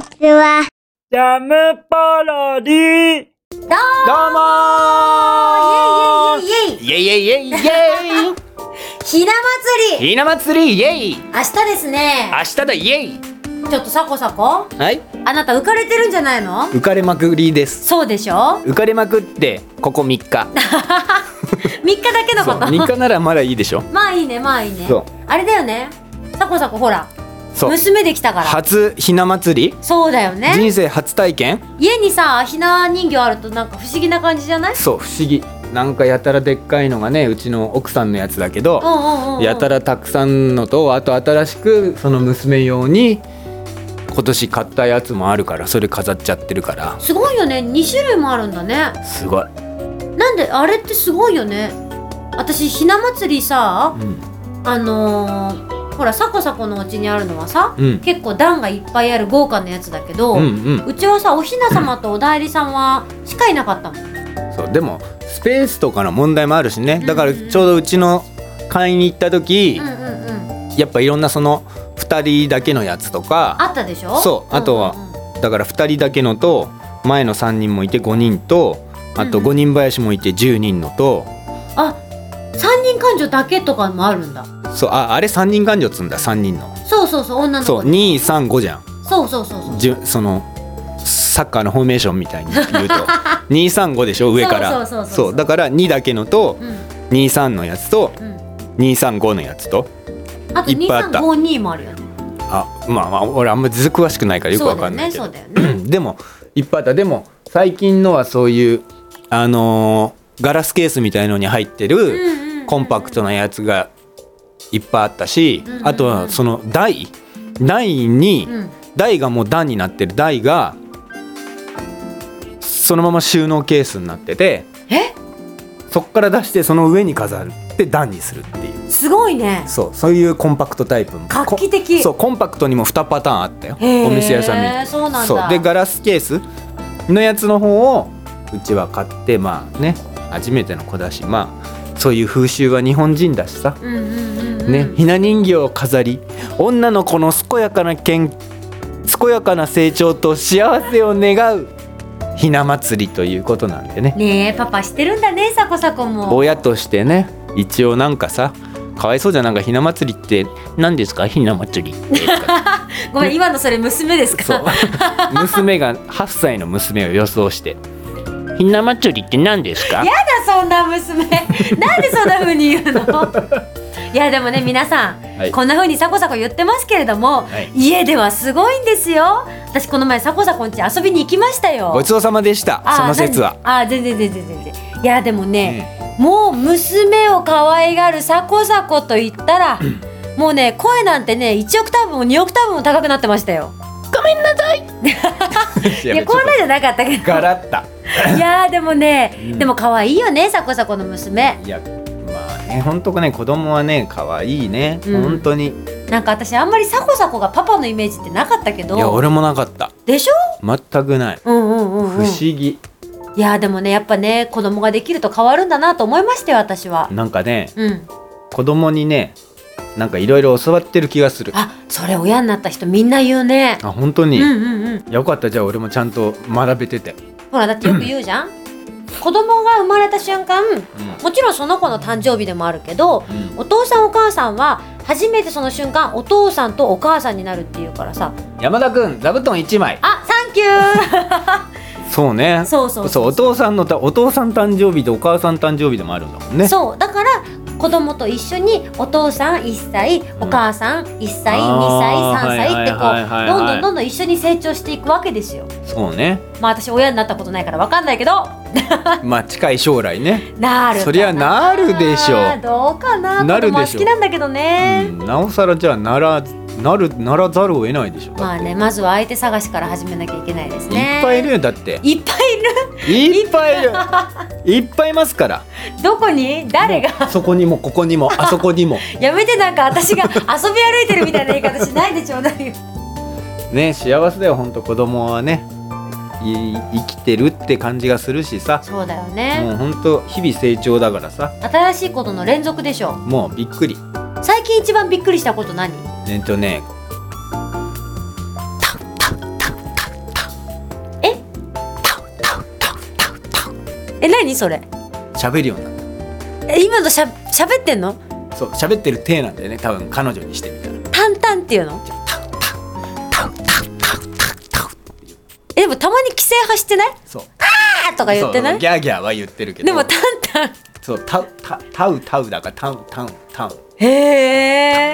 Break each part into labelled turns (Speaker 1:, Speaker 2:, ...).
Speaker 1: ちは。
Speaker 2: ジャムパロディ
Speaker 1: どう
Speaker 2: どうもー
Speaker 1: イェイイェイイェイ
Speaker 2: イェイイェイ
Speaker 1: イェイ
Speaker 2: イェイイェイ
Speaker 1: ひな祭り
Speaker 2: ひな祭りイェイ
Speaker 1: 明日ですね
Speaker 2: 明日だイェイ
Speaker 1: ちょっとサコサコ
Speaker 2: はい
Speaker 1: あなた浮かれてるんじゃないの
Speaker 2: 浮かれまくりです
Speaker 1: そうでしょ
Speaker 2: 浮かれまくってここ3日
Speaker 1: ?3 日だけの
Speaker 2: そう
Speaker 1: こと。
Speaker 2: 3日ならまだいいでしょ
Speaker 1: まあいいねまあいいね
Speaker 2: そう。
Speaker 1: あれだよね。サコサコほら。
Speaker 2: そう
Speaker 1: 娘できたから。
Speaker 2: 初ひな祭り
Speaker 1: そうだよね。
Speaker 2: 人生初体験
Speaker 1: 家にさ、ひな人形あるとなんか不思議な感じじゃない
Speaker 2: そう不思議なんかやたらでっかいのがねうちの奥さんのやつだけど
Speaker 1: うんうんうんうん。
Speaker 2: やたらたくさんのとあと新しくその娘用に今年買ったやつもあるからそれ飾っちゃってるから
Speaker 1: すごいよね。2種類もあるんだね。
Speaker 2: すごい、
Speaker 1: なんであれってすごいよね。私ひな祭りさ、
Speaker 2: うん、
Speaker 1: あのー、ほらサコサコのうちにあるのはさ、
Speaker 2: うん
Speaker 1: 結構段がいっぱいある豪華なやつだけど、
Speaker 2: う
Speaker 1: うん
Speaker 2: うん
Speaker 1: ちはさおひな様とおだいりさんはしかいなかったもん
Speaker 2: そうでもスペースとかの問題もあるしねだから
Speaker 1: うん
Speaker 2: ち
Speaker 1: うん
Speaker 2: ょうどうちの買いに行った時、
Speaker 1: うんうんうん
Speaker 2: やっぱいろんなその2人だけのやつとか
Speaker 1: あったでしょ
Speaker 2: そうあとは
Speaker 1: んうんうん
Speaker 2: だから2人だけのと前の3人もいて5人とあと
Speaker 1: うんうん
Speaker 2: 5人林もいて10人のと、
Speaker 1: あ三人感情だけとかもあるんだ
Speaker 2: そうああれ3人男女っつうんだ3人の
Speaker 1: そうそうそう女の
Speaker 2: そ
Speaker 1: 子
Speaker 2: う
Speaker 1: で
Speaker 2: 235じゃん
Speaker 1: そうそうそうそう
Speaker 2: じゅそのサッカーのフォーメーションみたいに言うと 235でしょ上から
Speaker 1: そうそうそうそう
Speaker 2: だから2だけのと
Speaker 1: うん
Speaker 2: 23のやつと
Speaker 1: うん
Speaker 2: 235のやつと
Speaker 1: あと
Speaker 2: いっぱいあった
Speaker 1: 2352もあるよね
Speaker 2: あまあまあ俺あんまず詳しくないからよくわかんないけ
Speaker 1: そ
Speaker 2: ど
Speaker 1: う、だよねそうだよ ね
Speaker 2: でもいっぱいあったでも最近のはそういうあのーガラスケースみたいのに入ってる
Speaker 1: うんうんうん
Speaker 2: コンパクトなやつがいっぱいあったし、
Speaker 1: うんうんうん
Speaker 2: あとはその台台に、
Speaker 1: うん
Speaker 2: 台がもう段になってる台がそのまま収納ケースになってて
Speaker 1: え
Speaker 2: そこから出してその上に飾るって段にするっていう
Speaker 1: すごいね
Speaker 2: そうそういうコンパクトタイプも
Speaker 1: 画期的
Speaker 2: こそうコンパクトにも2パターンあったよ
Speaker 1: へー
Speaker 2: お店屋さん見て
Speaker 1: そうなんだ
Speaker 2: でガラスケースのやつの方をうちは買ってまあね初めての子だしまあそういう風習は日本人だしさ
Speaker 1: うんうんうんうん
Speaker 2: ね、ひな人形を飾り女の子の健やかな健健やかな成長と幸せを願うひな祭りということなんでね
Speaker 1: ねえパパしてるんだねサコサコも
Speaker 2: 親としてね一応なんかさかわいそうじゃんなんかひな祭りって何ですかひな祭りって
Speaker 1: ごめん今のそれ娘です
Speaker 2: そう 娘が8歳の娘を予想して「ひな祭りって何ですか?」
Speaker 1: そんな娘 なんでそんな風に言うのいやでもね皆さん、
Speaker 2: はい
Speaker 1: こんな風にサコサコ言ってますけれども、
Speaker 2: はい
Speaker 1: 家ではすごいんですよ私この前サコサコんち遊びに行きましたよ
Speaker 2: ごちそうさまでした
Speaker 1: あー
Speaker 2: その説は。
Speaker 1: 何あー全然全然全然いやでもね、もう娘を可愛がるサコサコと言ったら、もうね声なんてね1オクターブも2オクターブも高くなってましたよ いやこんなじゃなかったけど
Speaker 2: ガラッタ
Speaker 1: いやーでもね、
Speaker 2: うん
Speaker 1: でも可愛いよねサコサコの娘
Speaker 2: いやまあね本当ね子供はね可愛いね、
Speaker 1: うん
Speaker 2: 本当に
Speaker 1: なんか私あんまりサコサコがパパのイメージってなかったけど
Speaker 2: いや俺もなかった
Speaker 1: でしょ
Speaker 2: 全くない
Speaker 1: うんう
Speaker 2: 不
Speaker 1: んうん、うん、
Speaker 2: 思
Speaker 1: い
Speaker 2: 議、
Speaker 1: やーでもねやっぱね子供ができると変わるんだなと思いましたよ私は
Speaker 2: なんかね
Speaker 1: うん
Speaker 2: 子供にねなんかいろいろ教わってる気がするあ
Speaker 1: あそれ親になった人みんな言うね
Speaker 2: 本当
Speaker 1: う
Speaker 2: に、
Speaker 1: んうんうん
Speaker 2: よかったじゃあ俺もちゃんと学べてて、
Speaker 1: ほらだってよく言うじゃん子供が生まれた瞬間もちろんその子の誕生日でもあるけどお父さんお母さんは初めてその瞬間お父さんとお母さんになるっていうからさ
Speaker 2: 山田君座布団1枚
Speaker 1: あサンキ ュ
Speaker 2: そうね
Speaker 1: ーそうそう
Speaker 2: お父さんのたお父さん誕生日でお母さん誕生日でもあるんだもんね
Speaker 1: そうだから子供と一緒にお父さん1歳お母さん1歳、
Speaker 2: あー
Speaker 1: 2歳3歳ってこ
Speaker 2: はいはいはいうはい
Speaker 1: どんどんどんどん一緒に成長していくわけですよ
Speaker 2: そうね
Speaker 1: まあ私親になったことないからわかんないけど
Speaker 2: まあ近い将来ね、
Speaker 1: なるかな
Speaker 2: そりゃなるでしょう
Speaker 1: どうかな
Speaker 2: なるでしょう
Speaker 1: 子供は好きなんだけど
Speaker 2: う
Speaker 1: ね、
Speaker 2: ん、なおさらじゃあならなるならざるを得ないでしょだって
Speaker 1: まあねまずは相手探しから始めなきゃいけないですね
Speaker 2: いっぱいいるよだって
Speaker 1: いっぱいいる
Speaker 2: いっぱいいるいっぱいいますから
Speaker 1: どこに誰が
Speaker 2: もうそこにもここに もあそこにも
Speaker 1: やめてなんか私が遊び歩いてるみたいな言い方しないでちょうだ いよ
Speaker 2: ね幸せだよほんと子供はねい生きてるって感じがするしさ
Speaker 1: そうだよ
Speaker 2: も
Speaker 1: ね、
Speaker 2: うほんと日々成長だからさ
Speaker 1: 新しいことの連続でしょ
Speaker 2: もうびっくり
Speaker 1: 最近一番びっくりしたこと何
Speaker 2: えっとね
Speaker 1: え何それ
Speaker 2: 喋るようになっ
Speaker 1: え今のしゃ喋ってんの
Speaker 2: たそう喋ってる体なんだよね多分彼女にしてみたら
Speaker 1: タンタンっていうの
Speaker 2: タウタウタウタウタウタウタウ
Speaker 1: えでもたまに規制発してない
Speaker 2: そう
Speaker 1: あーとか言ってな
Speaker 2: そう
Speaker 1: い
Speaker 2: ギャーギャーは言ってるけど
Speaker 1: でもタンタン
Speaker 2: そうタウタタウタウだからタウタウタウ
Speaker 1: へ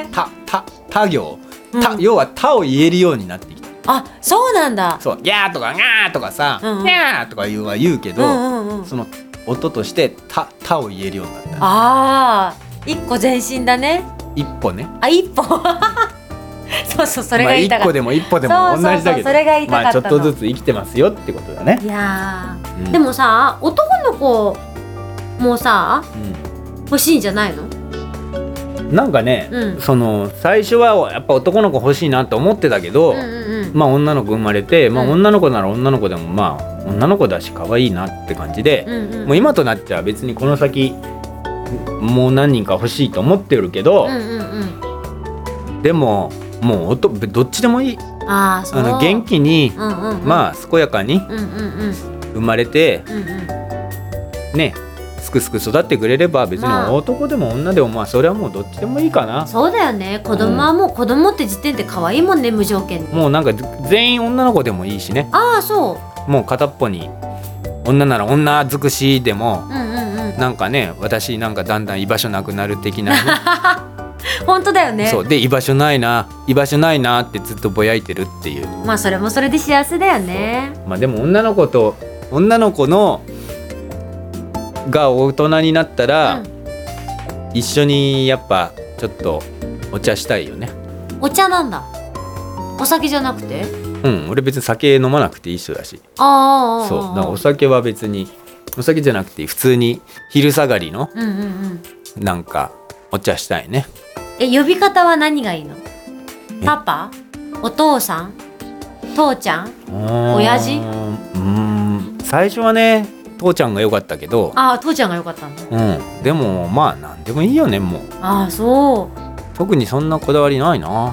Speaker 1: え
Speaker 2: タタタ行タ、
Speaker 1: うん
Speaker 2: 要はタを言えるようになってきた
Speaker 1: あそうなんだ
Speaker 2: そうギャーとかガーとかさ、
Speaker 1: うんうん
Speaker 2: ギャーとか言うは言うけ
Speaker 1: う
Speaker 2: ど、
Speaker 1: んうんうん
Speaker 2: その音としてタタを言えるようになった
Speaker 1: あー一個前進だね
Speaker 2: 一歩ね
Speaker 1: あ一歩 そうそうそれが言いた
Speaker 2: まあ、一個
Speaker 1: かった、
Speaker 2: でも一歩でも
Speaker 1: そうそうそう
Speaker 2: 同じだけど
Speaker 1: それが言いたかったの
Speaker 2: まあ、ちょっとずつ生きてますよってことだね、
Speaker 1: いやー
Speaker 2: うん
Speaker 1: で、もさ男の子もさ欲しいんじゃないの
Speaker 2: うん、なんかね、
Speaker 1: うん
Speaker 2: その最初はやっぱ男の子欲しいなって思ってたけど、
Speaker 1: うんうんうん
Speaker 2: まあ女の子生まれて、まあ、
Speaker 1: うん
Speaker 2: 女の子なら女の子でもまあ女の子だし可愛いなって感じで、
Speaker 1: うんうん
Speaker 2: もう今となっちゃ別にこの先もう何人か欲しいと思ってるけど
Speaker 1: う、んうんうん
Speaker 2: でももうおとどっちでもいい
Speaker 1: ああそう
Speaker 2: あの元気に、
Speaker 1: うんうんうん
Speaker 2: まあ健やかに
Speaker 1: うんうんうん
Speaker 2: 生まれて
Speaker 1: うんうん
Speaker 2: ねすくすく育ってくれれば別に
Speaker 1: まあ
Speaker 2: 男でも女でもまあそれはもうどっちでもいいかな、
Speaker 1: そうだよね子供はもう子供って時点で可愛いもんね無条件に
Speaker 2: もうなんか全員女の子でもいいしね
Speaker 1: ああそう
Speaker 2: もう片っぽに女なら女尽くしでも
Speaker 1: うんうんうん
Speaker 2: なんかね私なんかだんだん居場所なくなる的な ね、
Speaker 1: 本当だよね
Speaker 2: そうで居場所ないな居場所ないなってずっとぼやいてるっていう
Speaker 1: まあそれもそれで幸せだよね
Speaker 2: まあでも女の子と女の子のが大人になったら、
Speaker 1: うん
Speaker 2: 一緒にやっぱちょっとお茶したいよね
Speaker 1: お茶なんだお酒じゃなくて
Speaker 2: うん俺別に酒飲まなくていい人だし
Speaker 1: ああああああ
Speaker 2: そうだからお酒は別にお酒じゃなくて普通に昼下がりの
Speaker 1: うんうんうん
Speaker 2: なんかお茶したいね
Speaker 1: え呼び方は何がいいの
Speaker 2: え
Speaker 1: パパお父さん父ちゃん親
Speaker 2: 親
Speaker 1: 父
Speaker 2: うん最初はね父ちゃんが良かったけど
Speaker 1: ああ父ちゃんが良かったんだ
Speaker 2: うんでもまあ何でもいいよねもう
Speaker 1: ああそう
Speaker 2: 特にそんなこだわりないな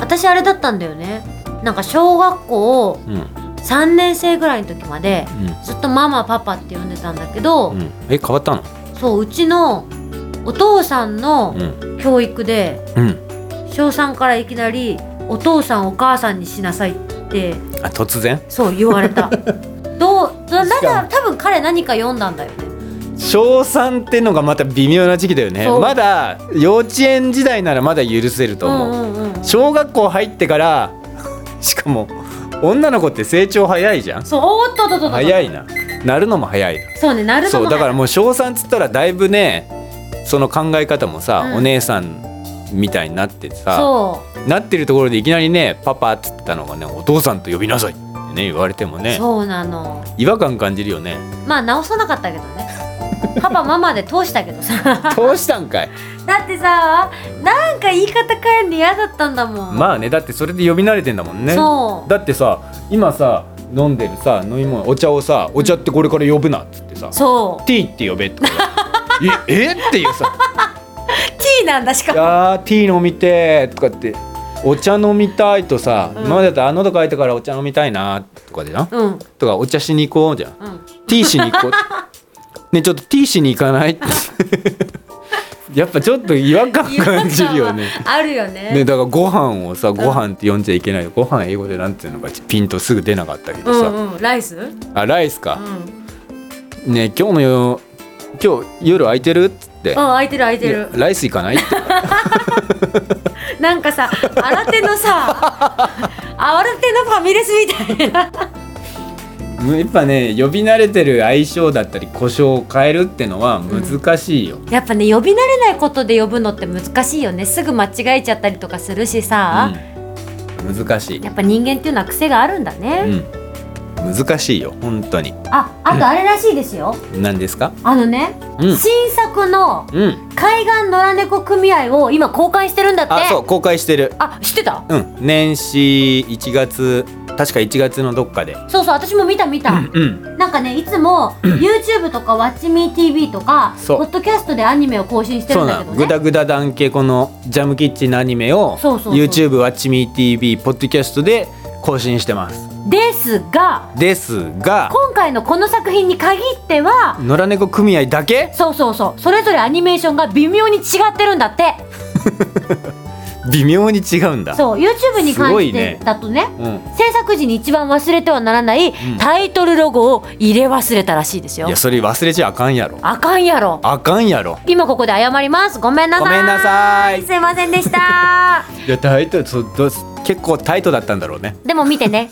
Speaker 1: 私あれだったんだよねなんか小学校
Speaker 2: うんうん
Speaker 1: 3年生ぐらいの時までずっとママパパって呼んでたんだけど、
Speaker 2: うんえ変わったの
Speaker 1: そううちのお父さんの
Speaker 2: うん
Speaker 1: 教育で
Speaker 2: うん
Speaker 1: 小3からいきなり「お父さんお母さんにしなさい」って
Speaker 2: あ突然
Speaker 1: そう言わ れたどうななん
Speaker 2: しか
Speaker 1: か
Speaker 2: も
Speaker 1: 多分彼何か読んだんだよね
Speaker 2: 小3ってのがまた微妙な時期だよね
Speaker 1: そう
Speaker 2: まだ幼稚園時代ならまだ許せると思う、
Speaker 1: んうんうん、
Speaker 2: 小学校入ってからしかも女の子って成長早いじゃん
Speaker 1: そうおっとっとっとっと
Speaker 2: 早いななるのも早いな
Speaker 1: そうねなるの
Speaker 2: そ
Speaker 1: も
Speaker 2: うだから
Speaker 1: ら
Speaker 2: もう小3っつったらだいぶねその考え方もさ、
Speaker 1: うん
Speaker 2: お姉さんみたいになってさ
Speaker 1: そ
Speaker 2: なってるところでいきなりねパパっつったのがねお父さんと呼びなさいってね言われても
Speaker 1: う、
Speaker 2: ね
Speaker 1: そうなの
Speaker 2: 違和感感じるよね
Speaker 1: まあ直さなかったけど ねパパママで通したけどさ
Speaker 2: どうしたんかい
Speaker 1: だってさなんか言い方変えんの嫌だったんだもん、
Speaker 2: まあねだってそれで呼び慣れてんだもんね
Speaker 1: そう
Speaker 2: だってさ今さ飲んでるさ飲み物お茶をさお茶ってこれから呼ぶなっつってさ
Speaker 1: そう
Speaker 2: ティーって呼べって言 われてええっていうさ「
Speaker 1: T なんだし か
Speaker 2: い
Speaker 1: も
Speaker 2: やーティー飲みてー」とかって「お茶飲みたい」とさ、
Speaker 1: うん
Speaker 2: 今までだったら「あ喉乾いたからお茶飲みたいな」とかでな
Speaker 1: うん
Speaker 2: とか「お茶しに行こう」じゃん
Speaker 1: うん
Speaker 2: 「ティーしに行こう」 ねちょっとティーしに行かないってやっぱちょっと違和感感じるよね
Speaker 1: 違和感はあるよね
Speaker 2: ねだからご飯をさご飯って呼んじゃいけないよご飯英語でなんていうのかピンとすぐ出なかったけ
Speaker 1: う
Speaker 2: どさ、
Speaker 1: んうんライス、うん、
Speaker 2: あライス
Speaker 1: う
Speaker 2: か、
Speaker 1: ん
Speaker 2: ね今日のよ今日夜空いてるっつって、
Speaker 1: 空いてる空いてる
Speaker 2: いやライス行かないって
Speaker 1: なんかさ新手 のさ新手のファミレスみたいな
Speaker 2: もうやっぱね呼び慣れてる相性だったり故障を変えるってのは難しいよ、
Speaker 1: やっぱね呼び慣れないことで呼ぶのって難しいよねすぐ間違えちゃったりとかするしさ、
Speaker 2: うん難しい、
Speaker 1: やっぱ人間っていうのは癖があるんだね、
Speaker 2: うん、難しいよ本当に
Speaker 1: ああとあれらしいですよ、
Speaker 2: 何ですか
Speaker 1: あのね、
Speaker 2: うん
Speaker 1: 新作の
Speaker 2: うん
Speaker 1: 海岸野良猫組合を今公開してるんだって
Speaker 2: あそう公開してる
Speaker 1: あ知ってた
Speaker 2: うん年始1月確か1月のどっかで
Speaker 1: そうそう私も見た見た、
Speaker 2: うん
Speaker 1: なんかねいつも YouTube とか「わっちみー TV」とか
Speaker 2: そう
Speaker 1: ポッドキャストでアニメを更新してる
Speaker 2: そうん
Speaker 1: だ
Speaker 2: な
Speaker 1: けど
Speaker 2: のグ
Speaker 1: ね
Speaker 2: ダグダ団系このジャムキッチンのアニメを
Speaker 1: そうそうそう
Speaker 2: YouTube ワッチミー TV ポッドキャストで更新してます
Speaker 1: ですが
Speaker 2: ですが
Speaker 1: 今回のこの作品に限っては
Speaker 2: 野良猫組合だけ
Speaker 1: そうそうそうそれぞれアニメーションが微妙に違ってるんだって
Speaker 2: 微妙に違うんだ
Speaker 1: そう YouTube に
Speaker 2: す
Speaker 1: 関
Speaker 2: ごい
Speaker 1: して
Speaker 2: ね
Speaker 1: だとね
Speaker 2: うん
Speaker 1: 制作時に一番忘れてはならないタイトルロゴを入れ忘れたらしいですよ
Speaker 2: いやそれ忘れちゃあかんやろ
Speaker 1: あかんやろ
Speaker 2: あかんやろ
Speaker 1: 今ここで謝りますごめんなさ
Speaker 2: ご
Speaker 1: い
Speaker 2: めんなさい
Speaker 1: すいませんでした
Speaker 2: いやタイトルそうどうす結構タイトだったんだろうね
Speaker 1: でも見 てね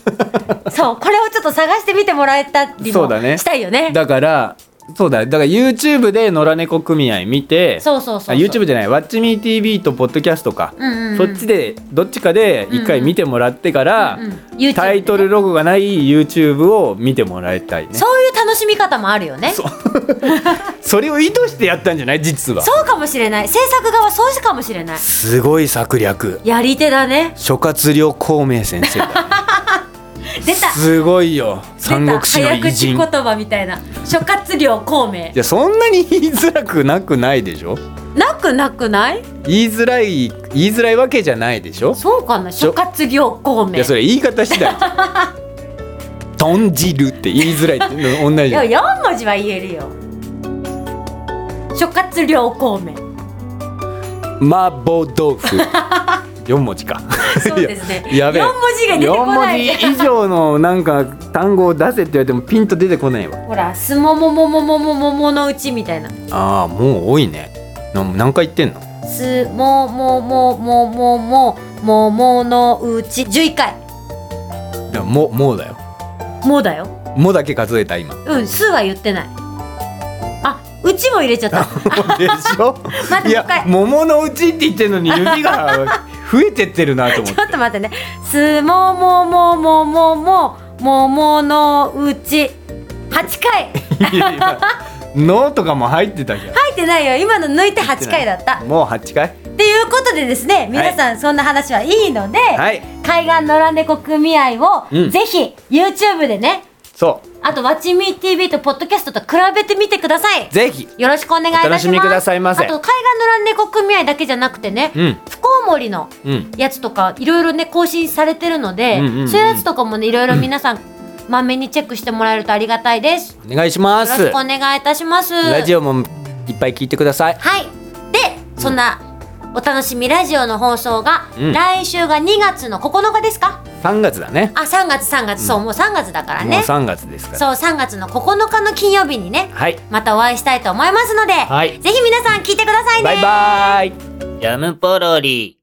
Speaker 1: そうこれをちょっと探してみてもらえたり
Speaker 2: そ
Speaker 1: も
Speaker 2: うだね
Speaker 1: したいよね
Speaker 2: だからそうだだから YouTube で野良猫組合見て
Speaker 1: そうそうそうそう
Speaker 2: あ YouTube じゃない「ワッチミー TV」と「ポッドキャストか」
Speaker 1: うんうんうん
Speaker 2: そっちでどっちかで一回見てもらってから、
Speaker 1: うんうん YouTube でね
Speaker 2: タイトルロゴがない YouTube を見てもらいたいねそ
Speaker 1: そういう楽しみ方もあるよねそう
Speaker 2: れを意図してやったんじゃない実は
Speaker 1: かもしれない制作側そうかもしれない
Speaker 2: すごい策略
Speaker 1: やり手だね
Speaker 2: 諸葛亮孔明先生 だ
Speaker 1: 出た
Speaker 2: すごいよ三国志の偉
Speaker 1: 出
Speaker 2: 人
Speaker 1: た早口言葉みたいな諸葛亮孔明
Speaker 2: いやそんなに言いづらくなくないでしょ
Speaker 1: なくなくない
Speaker 2: 言いづらい言いづらいわけじゃないでしょ
Speaker 1: そうかな諸葛亮孔明
Speaker 2: いやそれ言い方次 第豚汁って言いづらいっての同じ
Speaker 1: い
Speaker 2: じ
Speaker 1: や
Speaker 2: ゃん
Speaker 1: 4文字は言えるよ諸葛亮孔明
Speaker 2: 麻婆豆 腐四文字か
Speaker 1: そうですね
Speaker 2: いややべえ
Speaker 1: 四文字が出てこない
Speaker 2: 四文字以上のなんか単語を出せって言われてもピンと出てこないわ
Speaker 1: ほらすもももももももものうちみたいな
Speaker 2: ああもう多いねな何回言ってんの
Speaker 1: すもももももももものうち11回
Speaker 2: いやもうもうだよ
Speaker 1: もうだよ
Speaker 2: もうだけ数えた 今
Speaker 1: うんすは言ってないあうちも入 れちゃった
Speaker 2: でしょ
Speaker 1: 待って
Speaker 2: い
Speaker 1: もう一
Speaker 2: や
Speaker 1: 回
Speaker 2: 桃のうちって言ってんのに指が増えてってるなと思っ
Speaker 1: ちょってと待ってね。すもももももももものうち八回
Speaker 2: いやいや脳とかも入ってたじゃん
Speaker 1: 入ってないよ。今の抜いて八回だった。
Speaker 2: もう8回
Speaker 1: っていうことでですね、皆さんそんな話はいいので、
Speaker 2: はい
Speaker 1: 海岸野良猫組合を、
Speaker 2: うん
Speaker 1: ぜひ YouTube でね、
Speaker 2: そ
Speaker 1: あとわちみ TV とポッドキャストと比べてみてください。
Speaker 2: うぜひ
Speaker 1: よろしくお願いいた
Speaker 2: お
Speaker 1: します。
Speaker 2: 楽しみくださいませ
Speaker 1: あと海岸野良猫組合だけじゃなくてね、
Speaker 2: うん
Speaker 1: 福大森の
Speaker 2: うん
Speaker 1: やつとかいろいろね更新されてるので、
Speaker 2: うんうんうん
Speaker 1: そういうやつとかもねいろいろ皆さんまめにチェックしてもらえるとありがたいです。よ
Speaker 2: お願いしま
Speaker 1: ろ
Speaker 2: す
Speaker 1: しくお願いいたします。
Speaker 2: ラジオもいっぱい聞いてください
Speaker 1: はい。でそんなお楽しみラジオの放送が、
Speaker 2: うん
Speaker 1: 来週が2月の9日ですか？
Speaker 2: 3月だね
Speaker 1: あ3月3月、そうもう3月だから
Speaker 2: もう
Speaker 1: ね。
Speaker 2: 3月ですから
Speaker 1: そう3月の9日の金曜日にね
Speaker 2: はい
Speaker 1: またお会いしたいと思いますので、
Speaker 2: はい
Speaker 1: ぜひ皆さん聞いてくださいね。
Speaker 2: バイバイ
Speaker 3: ジャムポロリ。